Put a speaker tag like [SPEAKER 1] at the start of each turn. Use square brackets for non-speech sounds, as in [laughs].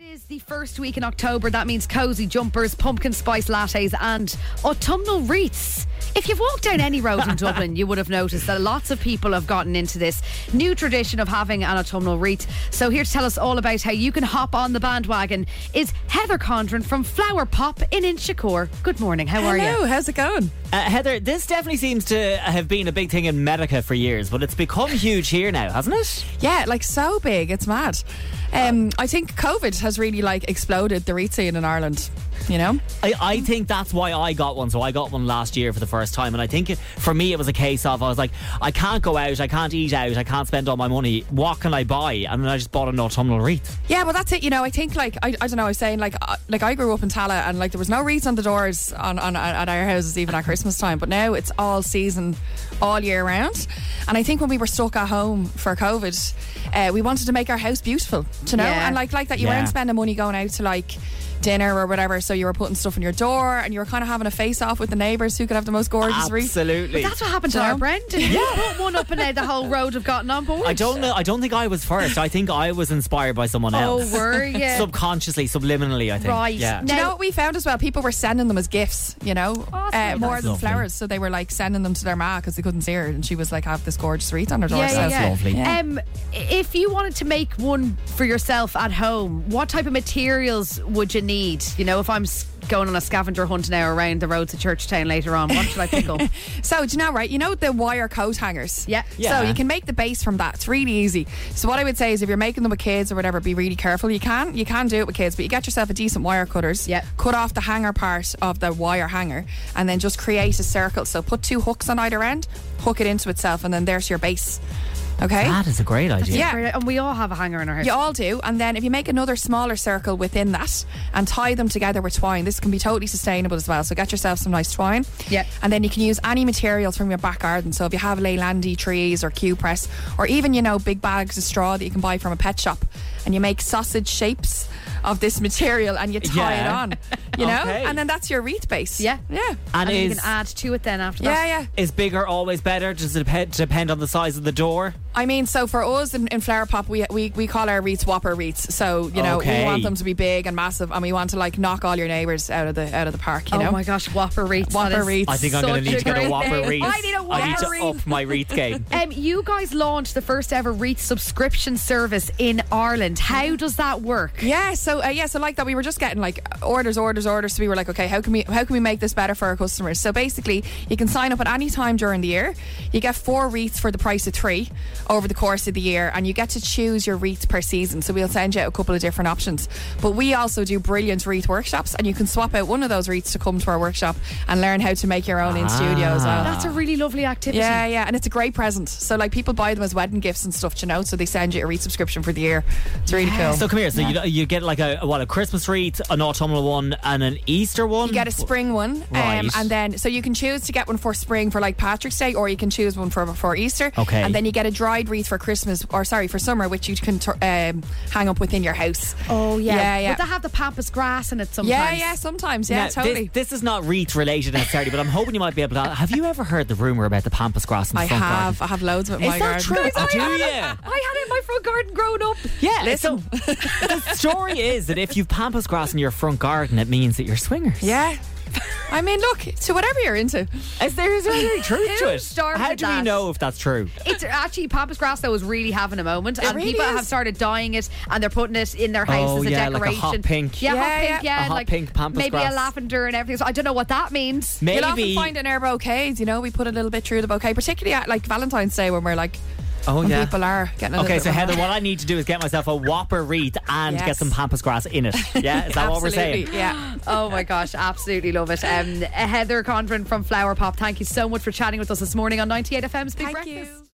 [SPEAKER 1] is the first week in October. That means cozy jumpers, pumpkin spice lattes, and autumnal wreaths. If you've walked down any
[SPEAKER 2] [laughs]
[SPEAKER 1] road in Dublin, you would have noticed that lots of people have gotten into this new tradition of having an autumnal wreath. So, here to tell us all about how you can hop on the bandwagon is Heather Condren from Flower Pop in Inchicore. Good morning. How are you?
[SPEAKER 3] Hello, how's it going?
[SPEAKER 2] Uh, Heather, this definitely seems to have been a big thing in Medica for years, but it's become huge here now, hasn't it?
[SPEAKER 3] Yeah, like so big, it's mad. Um, I think COVID has really like exploded the REIT scene in Ireland. You know,
[SPEAKER 2] I, I think that's why I got one. So I got one last year for the first time, and I think it, for me it was a case of I was like, I can't go out, I can't eat out, I can't spend all my money. What can I buy? And then I just bought an autumnal wreath.
[SPEAKER 3] yeah, well that's it. You know, I think like I, I don't know. I was saying like uh, like I grew up in Tala, and like there was no wreaths on the doors on, on at our houses even at Christmas time. But now it's all season, all year round. And I think when we were stuck at home for COVID, uh, we wanted to make our house beautiful. You know,
[SPEAKER 1] Yeah.
[SPEAKER 3] and like like that you
[SPEAKER 2] Yeah.
[SPEAKER 3] weren't spending money going out to like dinner or whatever. So you were putting stuff in your door, and you were kind of having a face off with the neighbours who could have the most gorgeous wreath.
[SPEAKER 2] Absolutely.
[SPEAKER 1] That's what happened to
[SPEAKER 3] Do you
[SPEAKER 1] our
[SPEAKER 3] know?
[SPEAKER 1] Brendan. You put one up and now the whole road have gotten on board.
[SPEAKER 2] I don't know. I don't think I was first. I think I was inspired by someone
[SPEAKER 1] Oh,
[SPEAKER 2] else. [laughs]
[SPEAKER 1] were you?
[SPEAKER 2] Subconsciously, subliminally, I think.
[SPEAKER 1] Right.
[SPEAKER 2] Yeah.
[SPEAKER 3] Do you
[SPEAKER 1] Now-
[SPEAKER 3] know what we found as well? People were sending them as gifts, you know,
[SPEAKER 1] that's
[SPEAKER 3] uh,
[SPEAKER 1] really
[SPEAKER 3] more
[SPEAKER 1] nice.
[SPEAKER 3] than
[SPEAKER 2] Lovely.
[SPEAKER 3] flowers. So they were like sending them to their ma because they couldn't see her, and she was like, "Have this gorgeous wreath on her door."
[SPEAKER 1] Yeah,
[SPEAKER 3] so
[SPEAKER 1] yeah, yeah.
[SPEAKER 2] lovely.
[SPEAKER 3] Yeah.
[SPEAKER 1] Um, if you wanted to make one for yourself at home, what type of materials would you need? You know, if I'm s- going on a scavenger hunt now around the road to Churchtown later on, what should I pick
[SPEAKER 3] [laughs]
[SPEAKER 1] up?
[SPEAKER 3] So do you know, right? You know the wire coat hangers.
[SPEAKER 1] Yeah.
[SPEAKER 2] Yeah.
[SPEAKER 3] So you can make the base from that. It's really easy. So what I would say is, if you're making them with kids or whatever, be really careful. You can you can do it with kids, but you get yourself a decent wire cutters.
[SPEAKER 1] Yeah.
[SPEAKER 3] Cut off the hanger part of the wire hanger, and then just create a circle. So put two hooks on either end, hook it into itself, and then there's your base. Okay.
[SPEAKER 2] That is a great idea.
[SPEAKER 3] Yeah.
[SPEAKER 1] And we all have a hanger in our house.
[SPEAKER 3] You all do. And then if you make another smaller circle within that and tie them together with twine, this can be totally sustainable as well. So get yourself some nice twine.
[SPEAKER 1] Yeah.
[SPEAKER 3] And then you can use any materials from your back garden. So if you have Leylandy trees or Q press or even, you know, big bags of straw that you can buy from a pet shop and you make sausage shapes of this material and you tie it
[SPEAKER 2] Yeah.
[SPEAKER 3] on. You know?
[SPEAKER 2] [laughs] Okay.
[SPEAKER 3] And then that's your wreath base.
[SPEAKER 1] Yeah.
[SPEAKER 3] Yeah.
[SPEAKER 1] And
[SPEAKER 2] And
[SPEAKER 1] you
[SPEAKER 2] is
[SPEAKER 1] can add to it then after
[SPEAKER 3] Yeah,
[SPEAKER 1] that.
[SPEAKER 3] yeah.
[SPEAKER 2] is bigger always better? Does it depend, depend on the size of the door?
[SPEAKER 3] I mean, so for us in, in Flower Pop, we, we we call our wreaths Whopper wreaths. So you know,
[SPEAKER 2] Okay.
[SPEAKER 3] we want them to be big and massive, and we want to like knock all your neighbours out of the out of the park. You
[SPEAKER 1] oh
[SPEAKER 3] know,
[SPEAKER 1] my gosh, Whopper wreaths. that
[SPEAKER 3] Whopper
[SPEAKER 1] is
[SPEAKER 3] wreaths.
[SPEAKER 2] I think I'm going
[SPEAKER 1] such
[SPEAKER 2] to need to get
[SPEAKER 1] great
[SPEAKER 2] a Whopper
[SPEAKER 1] thing.
[SPEAKER 2] wreath.
[SPEAKER 3] I need a
[SPEAKER 2] I need
[SPEAKER 3] Whopper
[SPEAKER 2] to
[SPEAKER 3] wreath.
[SPEAKER 2] up my wreath game.
[SPEAKER 1] Um, you guys launched the first ever wreath subscription service in Ireland. How
[SPEAKER 3] Mm.
[SPEAKER 1] does that work?
[SPEAKER 3] Yeah, so uh, yeah, so like that, we were just getting like orders, orders, orders. So we were like, okay, how can we how can we make this better for our customers? So basically, you can sign up at any time during the year. You get four wreaths for the price of three over the course of the year, and you get to choose your wreaths per season. So we'll send you out a couple of different options. But we also do brilliant wreath workshops, and you can swap out one of those wreaths to come to our workshop and learn how to make your own in studio as well.
[SPEAKER 1] That's a really lovely activity.
[SPEAKER 3] Ah. Yeah, yeah, and it's a great present. So like people buy them as wedding gifts and stuff, you know. So they send you a wreath subscription for the year. It's really cool.
[SPEAKER 2] So come here.
[SPEAKER 3] [laughs]
[SPEAKER 2] So you, you get like a what a Christmas wreath, an autumnal one, and an Easter one.
[SPEAKER 3] You get a spring one, um,
[SPEAKER 2] Right.
[SPEAKER 3] and then so you can choose to get one for spring for like Patrick's Day, or you can choose one for for Easter.
[SPEAKER 2] Okay.
[SPEAKER 3] and then you get a dried wreath for Christmas, or sorry, for summer, which you can tur- um, hang up within your house.
[SPEAKER 1] Oh yeah.
[SPEAKER 3] yeah, yeah,
[SPEAKER 1] But they have the pampas grass in it sometimes.
[SPEAKER 3] yeah, yeah. Sometimes, yeah,
[SPEAKER 2] Now,
[SPEAKER 3] totally.
[SPEAKER 2] This, this is not wreath related necessarily, but I'm hoping you might be able to. Have you ever heard the rumor about the pampas grass in the
[SPEAKER 3] I
[SPEAKER 2] front garden?
[SPEAKER 3] have, I have loads of it in my
[SPEAKER 2] Is
[SPEAKER 3] garden.
[SPEAKER 2] that true?
[SPEAKER 1] Guys, I,
[SPEAKER 2] Do
[SPEAKER 1] had it-
[SPEAKER 2] ya?
[SPEAKER 1] I had it in my front garden growing up.
[SPEAKER 2] Yeah, listen. So, the story is that if you've pampas grass in your front garden, it means that you're swingers.
[SPEAKER 3] [laughs] Yeah. I mean, look to whatever you're into.
[SPEAKER 2] Is there, is there any truth to
[SPEAKER 1] Who
[SPEAKER 2] it?
[SPEAKER 1] started
[SPEAKER 2] How do
[SPEAKER 1] that?
[SPEAKER 2] we know if that's true?
[SPEAKER 1] It's actually pampas grass though is really having a moment, and
[SPEAKER 3] really
[SPEAKER 1] people
[SPEAKER 3] is.
[SPEAKER 1] have started dyeing it, and they're putting it in their house
[SPEAKER 2] Oh,
[SPEAKER 1] as a
[SPEAKER 2] yeah, like a
[SPEAKER 1] decoration.
[SPEAKER 2] hot pink.
[SPEAKER 1] Yeah, hot
[SPEAKER 3] Yeah,
[SPEAKER 1] pink.
[SPEAKER 3] yeah.
[SPEAKER 1] Yeah,
[SPEAKER 2] A hot
[SPEAKER 1] like
[SPEAKER 2] pink pampas
[SPEAKER 1] maybe
[SPEAKER 2] grass.
[SPEAKER 1] a lavender and everything. So I don't know what that means.
[SPEAKER 2] Maybe.
[SPEAKER 3] You'll often find in our bouquets, you know, we put a little bit through the bouquet, particularly at like Valentine's Day when we're like,
[SPEAKER 2] oh,
[SPEAKER 3] when
[SPEAKER 2] yeah.
[SPEAKER 3] people are getting a little
[SPEAKER 2] [laughs] Okay,
[SPEAKER 3] bit
[SPEAKER 2] so Heather,
[SPEAKER 3] romantic.
[SPEAKER 2] what I need to do is get myself a Whopper wreath and get
[SPEAKER 3] Yes.
[SPEAKER 2] some pampas grass in it. Yeah, is that what we're
[SPEAKER 3] [laughs]
[SPEAKER 2] saying?
[SPEAKER 1] [gasps]
[SPEAKER 3] Absolutely, Yeah.
[SPEAKER 1] oh my gosh, absolutely love it. Um, Heather Condren from Flower Pop, thank you so much for chatting with us this morning on 98FM's Big
[SPEAKER 3] Thank
[SPEAKER 1] Breakfast.
[SPEAKER 3] you.